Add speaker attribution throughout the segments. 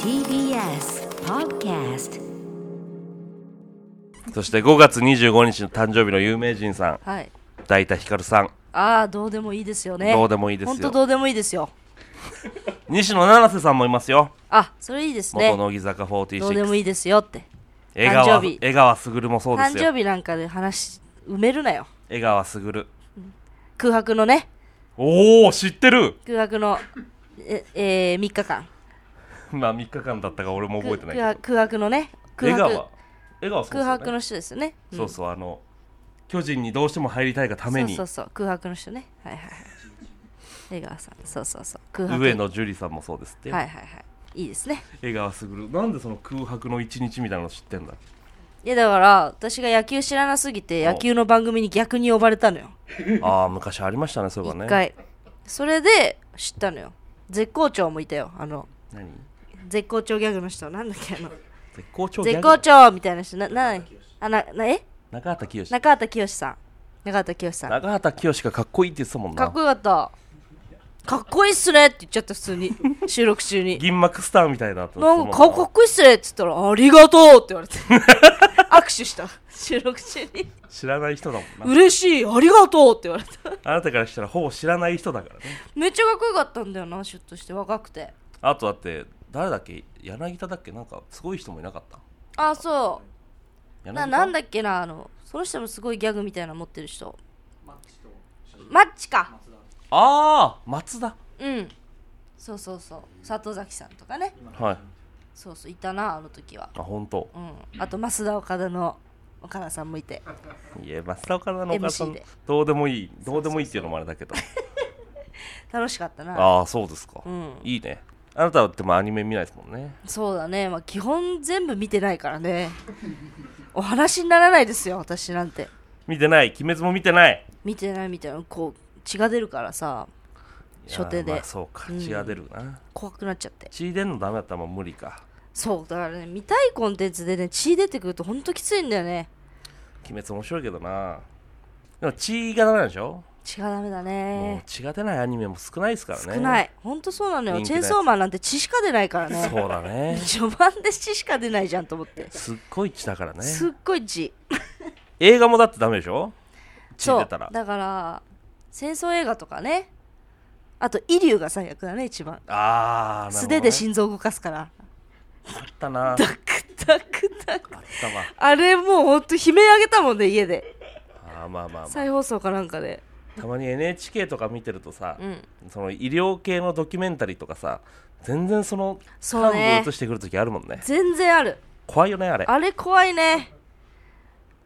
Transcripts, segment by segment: Speaker 1: TBS Podcast
Speaker 2: そして5月25日の誕生日の有名人さん
Speaker 3: はい。
Speaker 2: 大田ひかるさん
Speaker 3: ああ、どうでもいいですよね。
Speaker 2: どうでもいいですよ
Speaker 3: 本当どうでもいいですよ。
Speaker 2: 西野七瀬さんもいますよ
Speaker 3: あ、それいいですね
Speaker 2: 元。乃木坂46
Speaker 3: どうでもいいですよって。
Speaker 2: 江川
Speaker 3: 誕生日
Speaker 2: 江川卓もそうで
Speaker 3: 誕
Speaker 2: すよ
Speaker 3: 生日なんかで話埋めるなよ。
Speaker 2: 江川卓
Speaker 3: 空白のね、
Speaker 2: おお知ってる
Speaker 3: 空白のえ、えー、3日間。
Speaker 2: まあ3日間だったから俺も覚えてない
Speaker 3: 空白空白のね、
Speaker 2: けど江
Speaker 3: 空
Speaker 2: 川
Speaker 3: 白
Speaker 2: 江川そうですよね
Speaker 3: 空白の人ですよね。ん
Speaker 2: そうそうあの巨人にどうしても入りたいがために
Speaker 3: そうそうそう、空白の人ね。はいはいはい。江川さん、そうそうそう。空白。
Speaker 2: 上野樹里さんもそうですって、
Speaker 3: はいはいはい。いいですね。
Speaker 2: 江川卓なんでその空白の一日みたいなの知ってんだ
Speaker 3: いやだから、私が野球知らなすぎて、
Speaker 2: お
Speaker 3: 野球の番組に逆に呼ばれたのよ。
Speaker 2: ああ昔ありましたねそういえばね
Speaker 3: 一回それで知ったのよ絶好調もいたよあの
Speaker 2: 何
Speaker 3: 絶好調ギャグの人なんだっけあの
Speaker 2: 絶好調ギャ
Speaker 3: 絶
Speaker 2: グ
Speaker 3: 好調みたいな人ななあななえ
Speaker 2: 中畑清
Speaker 3: 中畑清さん中畑 清さん
Speaker 2: 中畑清がかっこいいって言ってたもん
Speaker 3: かっ
Speaker 2: な
Speaker 3: こよかったかっこいいっすねって言っちゃった普通に収録中に
Speaker 2: 銀幕スターみたいなと
Speaker 3: なんか顔かっこいいっすねって言ったらありがとうって言われて握手した収録中に
Speaker 2: 知らない人だもんな
Speaker 3: 嬉しいありがとうって言われた
Speaker 2: あなたからしたらほぼ知らない人だからね
Speaker 3: めっちゃかっこよかったんだよなシュッとして若くて
Speaker 2: あとだって誰だっけ柳田だっけなんかすごい人もいなかった
Speaker 3: あそう
Speaker 2: 柳
Speaker 3: な
Speaker 2: 田
Speaker 3: なんだっけなあのその人もすごいギャグみたいなの持ってる人マッチか
Speaker 2: ああ松田
Speaker 3: うんそうそうそう里崎さんとかね
Speaker 2: はい
Speaker 3: そうそういたなあの時は
Speaker 2: あ本当
Speaker 3: うんあと増田岡田の岡田さんもいて
Speaker 2: いや松田岡田のお母さ
Speaker 3: MC
Speaker 2: ん
Speaker 3: で
Speaker 2: どうでもいいどうでもいいっていうのもあれだけど
Speaker 3: 楽しかったな
Speaker 2: ああそうですか、
Speaker 3: うん
Speaker 2: いいねあなたはでもアニメ見ないですもんね
Speaker 3: そうだねまあ基本全部見てないからねお話にならないですよ私なんて
Speaker 2: 見てない鬼滅も見てない
Speaker 3: 見てないみたいなこう血が出るからさ
Speaker 2: いや
Speaker 3: 初手で
Speaker 2: まあそうか
Speaker 3: うん
Speaker 2: 血が出るな、
Speaker 3: 怖くなっちゃって
Speaker 2: 血出んのダメだったらもう無理か
Speaker 3: そうだからね見たいコンテンツでね血出てくるとほんときついんだよね
Speaker 2: 鬼滅面白いけどなでも血がダメなんでしょ、
Speaker 3: 血がダメだ
Speaker 2: もう
Speaker 3: ね
Speaker 2: 血が出ないアニメも少ないですからね
Speaker 3: 少ないほんとそうなのよ
Speaker 2: 人気
Speaker 3: チ
Speaker 2: なや
Speaker 3: ェーン
Speaker 2: つ
Speaker 3: ソーマンなんて血しか出ないからね
Speaker 2: そうだね
Speaker 3: 序盤で血しか出ないじゃんと思って
Speaker 2: すっごい血だからね
Speaker 3: すっごい血
Speaker 2: 映画もだってダメでしょ血
Speaker 3: そ
Speaker 2: 出
Speaker 3: う
Speaker 2: たら
Speaker 3: だから戦争映画とかねあとイリュウが最悪だね一番
Speaker 2: ああ
Speaker 3: 素手で
Speaker 2: 死ん
Speaker 3: 心臓動かすから
Speaker 2: あったなあっ
Speaker 3: ダクダクダク
Speaker 2: たわ
Speaker 3: あれもうほんと悲鳴あげたもんね家で
Speaker 2: あーまあまあ、ま
Speaker 3: 再放送かなんかで
Speaker 2: あ、たまに NHK とか見てるとさ、
Speaker 3: うん
Speaker 2: その医療系のドキュメンタリーとかさ全然その
Speaker 3: そうね
Speaker 2: 幹部映してくる時あるもんね
Speaker 3: 全然ある
Speaker 2: 怖いよねあれ
Speaker 3: あれ怖いね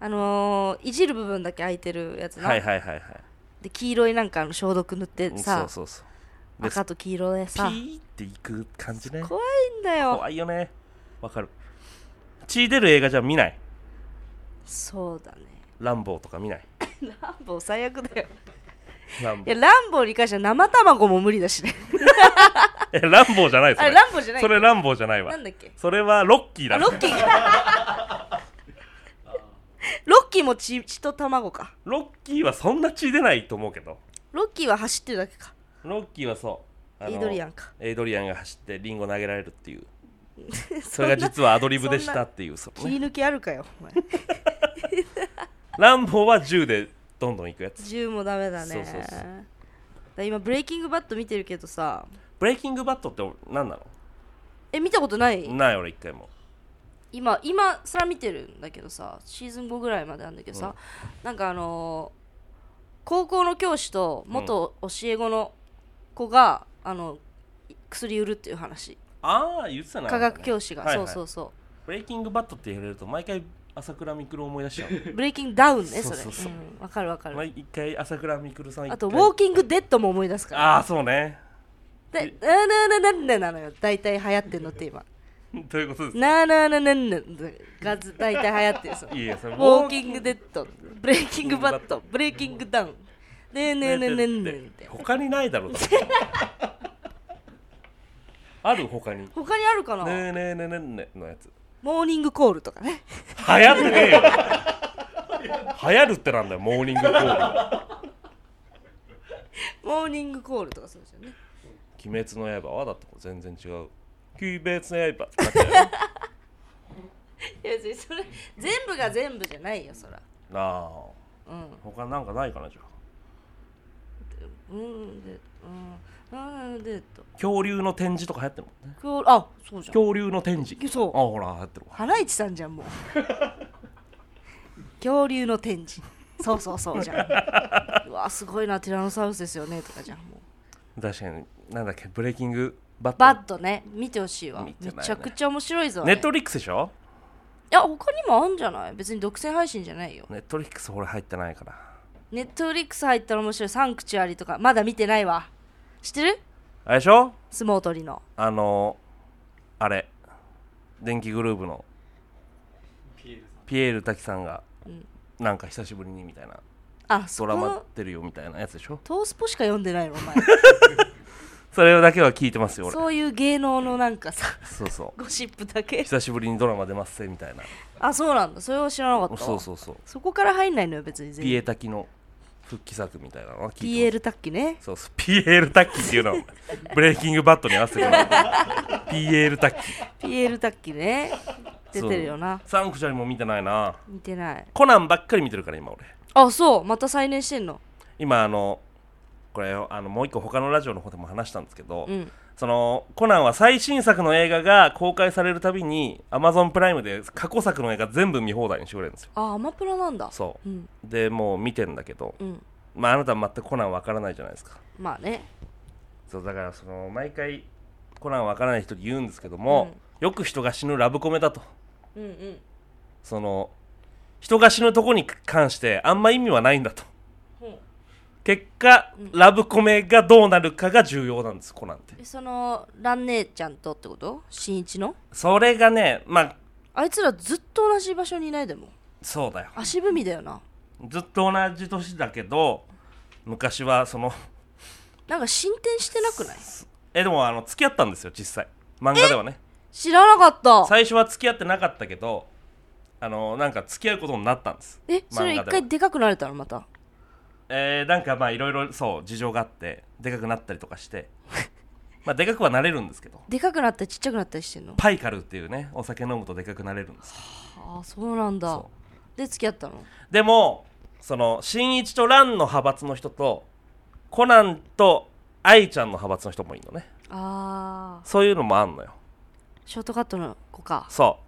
Speaker 3: あのーいじる部分だけ空いてるやつな、
Speaker 2: はいはいはいはい
Speaker 3: で黄色いなんかあの消毒塗って
Speaker 2: うん
Speaker 3: さ
Speaker 2: そうそうそうで
Speaker 3: 赤と黄色で
Speaker 2: ピ
Speaker 3: さ
Speaker 2: ーっていく感じね
Speaker 3: 怖いんだよ
Speaker 2: 怖いよねわかる血出る映画じゃ見ない
Speaker 3: そうだね
Speaker 2: ランボーとか見ない
Speaker 3: ランボー最悪だよ
Speaker 2: ラン
Speaker 3: い
Speaker 2: ボー
Speaker 3: やランボーに関しては生卵も無理だし ね
Speaker 2: えランボーじゃないそ
Speaker 3: あ
Speaker 2: れ
Speaker 3: れランボーじゃない
Speaker 2: それランボーじゃないわ
Speaker 3: なんだっけ
Speaker 2: それはロッキーだ
Speaker 3: あロッキーか ロッキーも血血と卵か
Speaker 2: ロッキーはそんな血出ないと思うけど
Speaker 3: ロッキーは走ってるだけか
Speaker 2: ロッキーはそうあの
Speaker 3: エイドリアンか
Speaker 2: エイドリアンが走ってリンゴ投げられる っていうそ
Speaker 3: そ
Speaker 2: れが
Speaker 3: んな
Speaker 2: 実はアドリブでし
Speaker 3: そん
Speaker 2: た
Speaker 3: な
Speaker 2: っていうその
Speaker 3: 切り
Speaker 2: ね
Speaker 3: 抜きあるかよお前
Speaker 2: ランボーは銃でどんどんいくやつ
Speaker 3: 銃もダメだね
Speaker 2: そうそうそう
Speaker 3: だから今ブレイキングバット見てるけどさ
Speaker 2: ブレイキングバットって何な
Speaker 3: え見たことない
Speaker 2: のない俺一回も
Speaker 3: 今今さら見てるんだけどさシーズン5ぐらいまでなんだけどさ、なんかあのー高校の教師と元教え子の子が、あの薬売るっていう話
Speaker 2: ああ言ってたな
Speaker 3: 科学教師が、
Speaker 2: はいはい
Speaker 3: そうそうそ
Speaker 2: ブレイキングバットって言われると毎回朝倉未来を思い出しちゃう
Speaker 3: うブレイキングダウンねそれ
Speaker 2: そうそうそう
Speaker 3: うんわかるわかる、
Speaker 2: 毎回朝倉未来さん一回
Speaker 3: あとウォーキングデッドも思い出すから
Speaker 2: ああそうね
Speaker 3: でななななんでなのよ大体流行ってんのって今
Speaker 2: どういうことですか
Speaker 3: ななななながず大体流行って るその
Speaker 2: いいやそれ
Speaker 3: ウォーキングデッド、ブレイキングバット、ブレイキングダウン。ねえねえねえねえねえねえって。
Speaker 2: 他にないだろう だってある他にね
Speaker 3: 他にあるかな、
Speaker 2: えねえねえねえねえのやつ
Speaker 3: モーニングコールとかね。
Speaker 2: 流行ってねえよ流行るってなんだよモーニングコール
Speaker 3: モーニングコールとかそうですよね。
Speaker 2: 鬼滅の刃はだってこう全然違う鬼滅の刃だって
Speaker 3: いや別にそれ全部が全部じゃないよそら
Speaker 2: なあ
Speaker 3: うん
Speaker 2: 他なんかないかなじゃあ
Speaker 3: うんでうんなんでと
Speaker 2: 恐竜の展示とか流行ってるもんね
Speaker 3: クオあそうじゃん
Speaker 2: 恐竜の展示
Speaker 3: そう
Speaker 2: あほら流行ってるわ
Speaker 3: ハライチさんじゃ んもう恐竜の展示そうそうそうじゃ んうわすごいなティラノサウルスですよねとかじゃんもう
Speaker 2: 確かになんだっけブレイキングバット
Speaker 3: バッドね見てほしいわ、
Speaker 2: 見てな
Speaker 3: め
Speaker 2: いね
Speaker 3: ちゃくちゃ面白いぞあ
Speaker 2: ネ
Speaker 3: れ
Speaker 2: ットフリックスでしょ
Speaker 3: いや他にもあんじゃない別に独占配信じゃないよ
Speaker 2: ネットフリックス俺入ってないから
Speaker 3: ネットフリックス入ったら面白いサンクチュアリとかまだ見てないわ知ってる
Speaker 2: あれでしょ
Speaker 3: 相撲取りの
Speaker 2: あのあれ電気グルーヴのピエール滝さんが、なんか久しぶりにみたいな
Speaker 3: あそ
Speaker 2: ド
Speaker 3: こ
Speaker 2: ラマ
Speaker 3: の
Speaker 2: 出るよみたいなやつでしょ
Speaker 3: トースポしか読んでないのお 前
Speaker 2: それだけは聞いてますよ俺
Speaker 3: そういう芸能のなんかさ
Speaker 2: そうそう
Speaker 3: ゴシップだけ
Speaker 2: 久しぶりにドラマ出ますぜみたいな
Speaker 3: あそうなんだそれは知らなかったわ
Speaker 2: そうそうそう
Speaker 3: そこから入んないのよ別に全
Speaker 2: ピエ
Speaker 3: 然
Speaker 2: 滝の復帰作みたいなのは聞いてます
Speaker 3: PL タッキね
Speaker 2: そうそう PL タッキーって いうのはブレイキングバットに合わせてる PL タッキー
Speaker 3: PL タッキね出てるよな
Speaker 2: そうサンクチャリも見てないな
Speaker 3: 見てない
Speaker 2: コナンばっかり見てるから今俺
Speaker 3: あそうまた再燃してんの
Speaker 2: 今あのこれあのもう一個他のラジオの方でも話したんですけど、
Speaker 3: うん
Speaker 2: そのコナンは最新作の映画が公開されるたびに Amazon プライムで過去作の映画全部見放題にしてくれるんですよ
Speaker 3: あアマプラなんだ
Speaker 2: そう
Speaker 3: う、ん
Speaker 2: でもう見てんだけど、
Speaker 3: うん
Speaker 2: まあ、あなたは全くコナンわからないじゃないですか
Speaker 3: まあね
Speaker 2: そうだからその毎回コナンわからない人に言うんですけども、よく人が死ぬラブコメだと
Speaker 3: うんうん
Speaker 2: その人が死ぬとこに関してあんま意味はないんだと
Speaker 3: ほう
Speaker 2: 結果、ラブコメがどうなるかが重要なんですコナンって
Speaker 3: えそのラン姉ちゃんとってこと新一の
Speaker 2: それがねまあ
Speaker 3: あいつらずっと同じ場所にいないでも
Speaker 2: そうだよ
Speaker 3: 足踏みだよな
Speaker 2: ずっと同じ年だけど昔はその
Speaker 3: なんか進展してなくない
Speaker 2: えでもあの付き合ったんですよ実際漫画ではね
Speaker 3: 知らなかった
Speaker 2: 最初は付き合ってなかったけどあのなんか付き合うことになったんです
Speaker 3: えそれ
Speaker 2: 漫
Speaker 3: 一
Speaker 2: 画では
Speaker 3: 回でかくなれたのまた
Speaker 2: えーなんかまあいろいろそう事情があってでかくなったりとかして まあでかくはなれるんですけど
Speaker 3: でかくなったりちっちゃくなったりしてんの
Speaker 2: パイカルっていうねお酒飲むとでかくなれるんです
Speaker 3: ああそうなんだ
Speaker 2: そ
Speaker 3: で付き合ったの
Speaker 2: でもその新一と蘭の派閥の人とコナンと愛ちゃんの派閥の人もいるのね
Speaker 3: ああ
Speaker 2: そういうのもあんのよ
Speaker 3: ショートカットの子か
Speaker 2: そ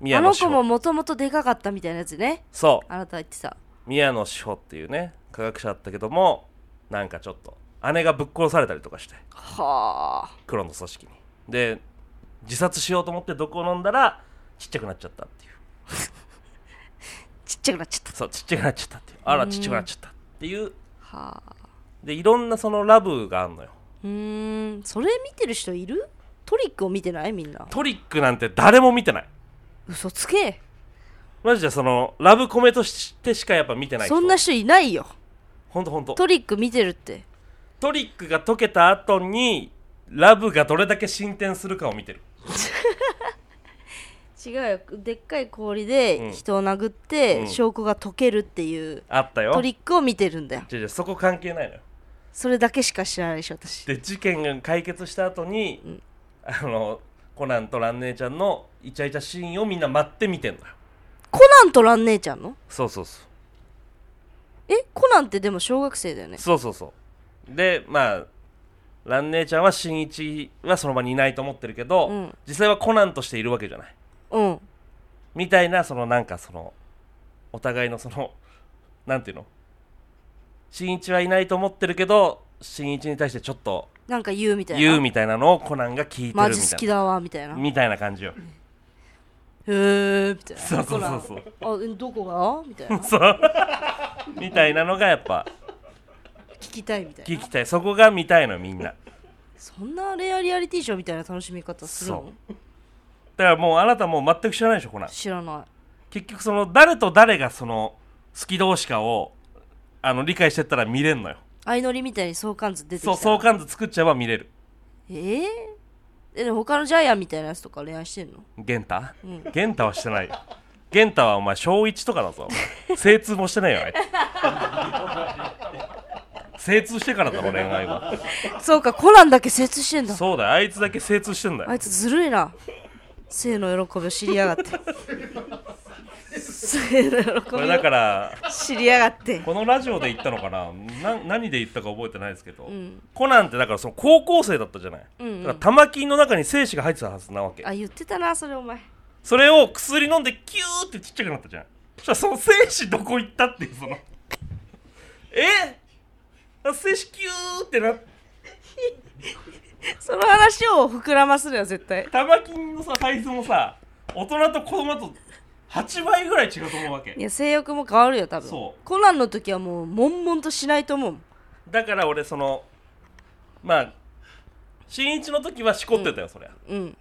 Speaker 2: う宮
Speaker 3: あ
Speaker 2: 野
Speaker 3: の
Speaker 2: 志
Speaker 3: 子
Speaker 2: 保
Speaker 3: ももともとでかかったみたいなやつね
Speaker 2: そう
Speaker 3: あなた言ってた
Speaker 2: 宮野志保っていうね科学者だったけどもなんかちょっと姉がぶっ殺されたりとかして
Speaker 3: はあ
Speaker 2: 黒の組織にで自殺しようと思って毒を飲んだらちっちゃくなっちゃったっていう
Speaker 3: ちっちゃくなっちゃった
Speaker 2: そうちっちゃくなっちゃったっていうあらちっちゃくなっちゃったっていう
Speaker 3: はあ
Speaker 2: でいろんなそのラブがあんのよ
Speaker 3: うーんそれ見てる人いるトリックを見てないみんな
Speaker 2: トリックなんて誰も見てない
Speaker 3: 嘘つけ
Speaker 2: マジでそのラブコメとしてしかやっぱ見てない人
Speaker 3: そんな人いないよ
Speaker 2: ほんとほんと
Speaker 3: トリック見てるって
Speaker 2: トリックが解けた後にラブがどれだけ進展するかを見てる
Speaker 3: 違うよでっかい氷で人を殴
Speaker 2: うん
Speaker 3: って証拠が解けるっていう
Speaker 2: あったよ
Speaker 3: トリックを見てるんだよ
Speaker 2: 違う違うそこ関係ないのよ
Speaker 3: それだけしか知らないでしょ私
Speaker 2: で事件が解決した後に、
Speaker 3: ん
Speaker 2: あのコナンと蘭姉ちゃんのイチャイチャシーンをみんな待って見てんのよ
Speaker 3: コナンとラン姉ちゃんの
Speaker 2: そうそうそう
Speaker 3: えコナンってでも小学生だよね
Speaker 2: そうそうそうでまあ蘭姉ちゃんは新一はその場にいないと思ってるけど、
Speaker 3: うん
Speaker 2: 実際はコナンとしているわけじゃない
Speaker 3: うん
Speaker 2: みたいなそのなんかそのお互いのそのなんていうの新一はいないと思ってるけど新一に対してちょっと
Speaker 3: なんか言うみたいな
Speaker 2: 言うみたいなのをコナンが聞いてるみたい
Speaker 3: マ
Speaker 2: な
Speaker 3: ジ好きだわみたいなへ
Speaker 2: みたいな感じよ
Speaker 3: えみたいな
Speaker 2: そうそうそうそう
Speaker 3: ほらあえどこがみたいな
Speaker 2: そう みたいなのがやっぱ
Speaker 3: 聞きたいみたい
Speaker 2: 聞
Speaker 3: な
Speaker 2: きたいそこが見たいのみんなだか
Speaker 3: そんなレアリアリティショーみたいな楽しみ方するの
Speaker 2: らもうあなたもう全く知らないでしょコナン
Speaker 3: 知らない
Speaker 2: 結局その誰と誰がその好き同士かをあの理解してったら見れんのよ
Speaker 3: 相乗りみたいに相関図出てきた
Speaker 2: そう相関図作っちゃえば見れる
Speaker 3: えー、えでも他のジャイアンみたいなやつとか恋愛してんの
Speaker 2: 元太元太はしてないよ元太はお前小1とかだぞお前精通もしてないよあいつ精通してからだろ恋愛は
Speaker 3: そうかコナンだけ精通してんだ
Speaker 2: そうだよあいつだけ精通してんだ
Speaker 3: あ
Speaker 2: よ
Speaker 3: いつずるいな性の喜びを知りやがって性の喜びを
Speaker 2: これだから
Speaker 3: 知りやがって
Speaker 2: このラジオで言ったのかなな何で言ったか覚えてないですけど、
Speaker 3: ん
Speaker 2: コナンってだからその高校生だったじゃない、
Speaker 3: うんうん
Speaker 2: だから玉金の中に精子が入ってたはずなわけ
Speaker 3: あ言ってたなそれお前
Speaker 2: それを薬飲んでキューってちっちゃくなったじゃんそしたらその精子どこ行ったっていうそのえあ精子キューってな
Speaker 3: その話を膨らますのよ絶対
Speaker 2: 玉金のさサイズもさ大人と子供だと8倍ぐらい違うと思うわけ
Speaker 3: いや性欲も変わるよ多分
Speaker 2: そう
Speaker 3: コナンの時はもう悶々としないと思う
Speaker 2: だから俺そのまあ新一の時はしこってたよ、そりゃ
Speaker 3: うん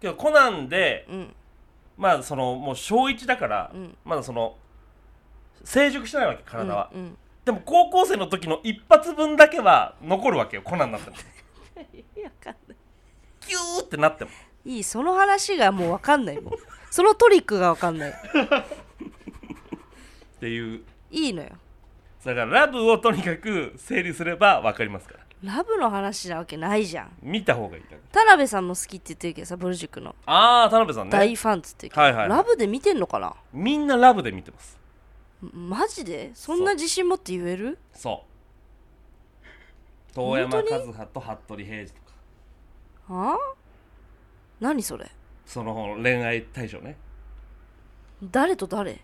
Speaker 2: けどコナンで
Speaker 3: うん
Speaker 2: まあそのもう小1だから、
Speaker 3: うん
Speaker 2: まだその成熟してないわけ体は、
Speaker 3: うん
Speaker 2: でも高校生の時の一発分だけは残るわけよコナンになっても
Speaker 3: うん、いやわかんない
Speaker 2: キューってなっても
Speaker 3: いいその話がもうわかんないもうそのトリックがわかんない
Speaker 2: っていう
Speaker 3: いいのよ
Speaker 2: だからラブをとにかく整理すれば分かりますから
Speaker 3: ラブの話なわけないじゃん
Speaker 2: 見た方がいいだ
Speaker 3: 田辺さんも好きって言ってるけどさぼる塾の
Speaker 2: ああー田辺さん
Speaker 3: 大
Speaker 2: ね
Speaker 3: ファンっつってるけど、
Speaker 2: はいはいはい
Speaker 3: ラブで見てんのかな
Speaker 2: みんなラブで見てます
Speaker 3: マジでそんな自信持って言える
Speaker 2: そう遠山和
Speaker 3: 本当
Speaker 2: 葉と服部平次とか
Speaker 3: はあ何それ
Speaker 2: その恋愛対象ね
Speaker 3: 誰と誰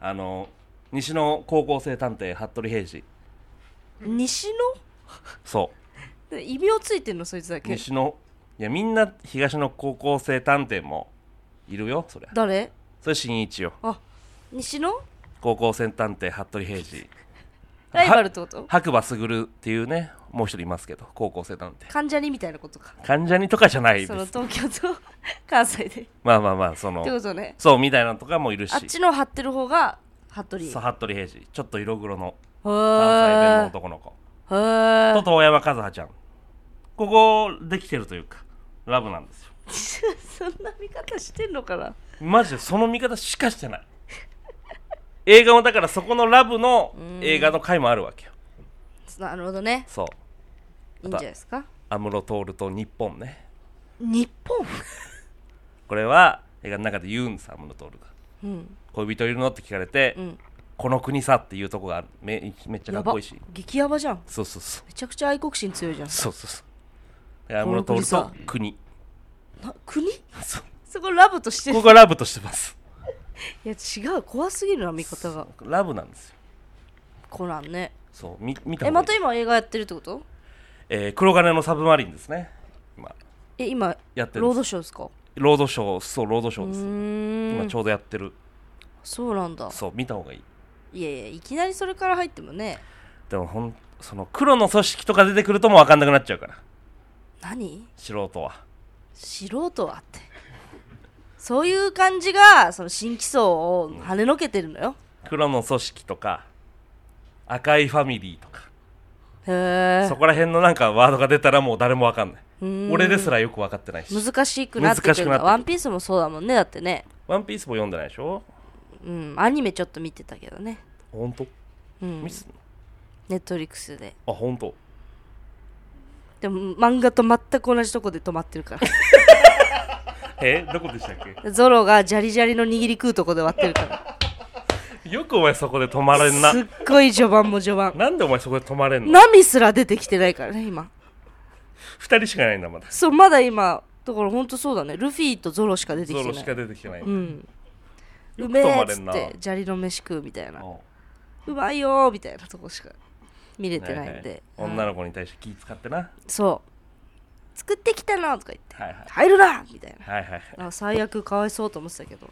Speaker 2: あの西の高校生探偵服部平次
Speaker 3: 西
Speaker 2: そ
Speaker 3: の異名ついてんのそいつだ
Speaker 2: う
Speaker 3: け
Speaker 2: 西のいやみんな東の高校生探偵もいるよそりゃ
Speaker 3: 誰
Speaker 2: それ新一よ
Speaker 3: あ西の
Speaker 2: 高校生探偵服部平次
Speaker 3: ライバルってこと
Speaker 2: 白馬卓っていうねもう一人いますけど高校生探偵
Speaker 3: 関ジャニみたいなことか
Speaker 2: 関ジャニとかじゃないです
Speaker 3: その東京と 関西でって
Speaker 2: まあまあまあその
Speaker 3: ことね
Speaker 2: そうみたいなのとかもいるし
Speaker 3: あっちの張ってる方が服部へ
Speaker 2: そう服部平次ちょっと色黒の関西弁の
Speaker 3: ー
Speaker 2: 男の子
Speaker 3: へー
Speaker 2: と遠山和葉ちゃんここできてるというかラブなんですよ
Speaker 3: そんな見方してんのかな
Speaker 2: マジでその見方しかしてない映画もだからそこのラブの映画の回もあるわけよ
Speaker 3: なるほどね
Speaker 2: そう
Speaker 3: いいんじゃないですか
Speaker 2: 安室徹と日本ね
Speaker 3: 日本
Speaker 2: これは映画の中で言うんです安室徹が
Speaker 3: うん
Speaker 2: 恋人いるのって聞かれて、
Speaker 3: うん
Speaker 2: この国さっていうとこがあるめめっちゃか
Speaker 3: や
Speaker 2: っ
Speaker 3: ば
Speaker 2: こいいし
Speaker 3: 激ヤバじゃん
Speaker 2: そうそうそう
Speaker 3: めちゃくちゃ愛国心強いじゃん
Speaker 2: そうそうそう安
Speaker 3: この
Speaker 2: 室
Speaker 3: 国
Speaker 2: 徹
Speaker 3: さ
Speaker 2: と国
Speaker 3: な国
Speaker 2: そう
Speaker 3: そこラブとして
Speaker 2: こ
Speaker 3: る
Speaker 2: こがラブとしてます
Speaker 3: いや違う怖すぎるな見方が
Speaker 2: ラブなんですよ
Speaker 3: コナンね
Speaker 2: そう見見た
Speaker 3: え
Speaker 2: 方がい
Speaker 3: ま
Speaker 2: い
Speaker 3: た今映画やってるってこと
Speaker 2: えー黒金のサブマリンですね今
Speaker 3: え今
Speaker 2: やってる
Speaker 3: ロードショーですか
Speaker 2: ロードショーそうロードショー
Speaker 3: う
Speaker 2: です
Speaker 3: ー
Speaker 2: 今
Speaker 3: ん
Speaker 2: ちょうどやってる
Speaker 3: そうなんだ
Speaker 2: そう見た方がいい
Speaker 3: いやいやいきなりそれから入ってもね
Speaker 2: でもほんその黒の組織とか出てくるともう分かんなくなっちゃうから
Speaker 3: 何
Speaker 2: 素人は
Speaker 3: 素人は ってそういう感じがその新規層を跳ねのけてるのよ
Speaker 2: 黒の組織とか赤いファミリーとか
Speaker 3: へ
Speaker 2: そこら辺のなんかワードが出たらもう誰も分かんない
Speaker 3: え
Speaker 2: 俺ですらよく分かってないし
Speaker 3: 難しくなってくる
Speaker 2: 難し
Speaker 3: ん
Speaker 2: くなって
Speaker 3: だ
Speaker 2: くる
Speaker 3: ワンピースもそうだもんねだってね
Speaker 2: ワンピースも読んでないでしょ
Speaker 3: うんアニメちょっと見てたけどね
Speaker 2: ほんと
Speaker 3: うん
Speaker 2: ミス
Speaker 3: ネットフリックスで
Speaker 2: あほんと
Speaker 3: でも漫画と全く同じとこで止まってるか
Speaker 2: えどこでしたっけ
Speaker 3: らゾロがジャリジャリの握り食うとこで終わってるか
Speaker 2: よくお前そこで止まれんな
Speaker 3: らすっごい序盤も序盤
Speaker 2: なんでお前そこで止まれんの
Speaker 3: 波すら出てきてないからね今
Speaker 2: 2人しかいないんだまだ
Speaker 3: そうまだ今だからほんとそうだねルフィとゾロしか出てき
Speaker 2: ゾ
Speaker 3: て
Speaker 2: ロ
Speaker 3: な
Speaker 2: しか
Speaker 3: い
Speaker 2: 出てきてない、
Speaker 3: うん
Speaker 2: よく
Speaker 3: うめ
Speaker 2: 止
Speaker 3: え
Speaker 2: ま
Speaker 3: っ
Speaker 2: れ
Speaker 3: つ
Speaker 2: ん
Speaker 3: っ
Speaker 2: な
Speaker 3: てジャリの飯食うみたいな
Speaker 2: うん
Speaker 3: うまいよーみたいなとこしか見れてないんで、
Speaker 2: はいはい女
Speaker 3: の
Speaker 2: の子に対して気使ってな、
Speaker 3: そう作ってきたなとか言って
Speaker 2: はいはい
Speaker 3: 入るなみたい
Speaker 2: はいはい
Speaker 3: なあ最悪かわいそうと思ってたけど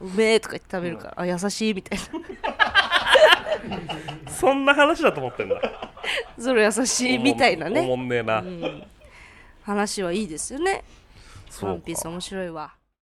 Speaker 3: うめえとか言って食べるから、あ優しいみたいな
Speaker 2: そんな話だと思ってんだ
Speaker 3: ゾロ優しいみたいな
Speaker 2: おも
Speaker 3: ね
Speaker 2: んおもんねえな、
Speaker 3: 話はいいですよね
Speaker 2: そう
Speaker 3: ワ
Speaker 2: か
Speaker 3: ンピース面白いわ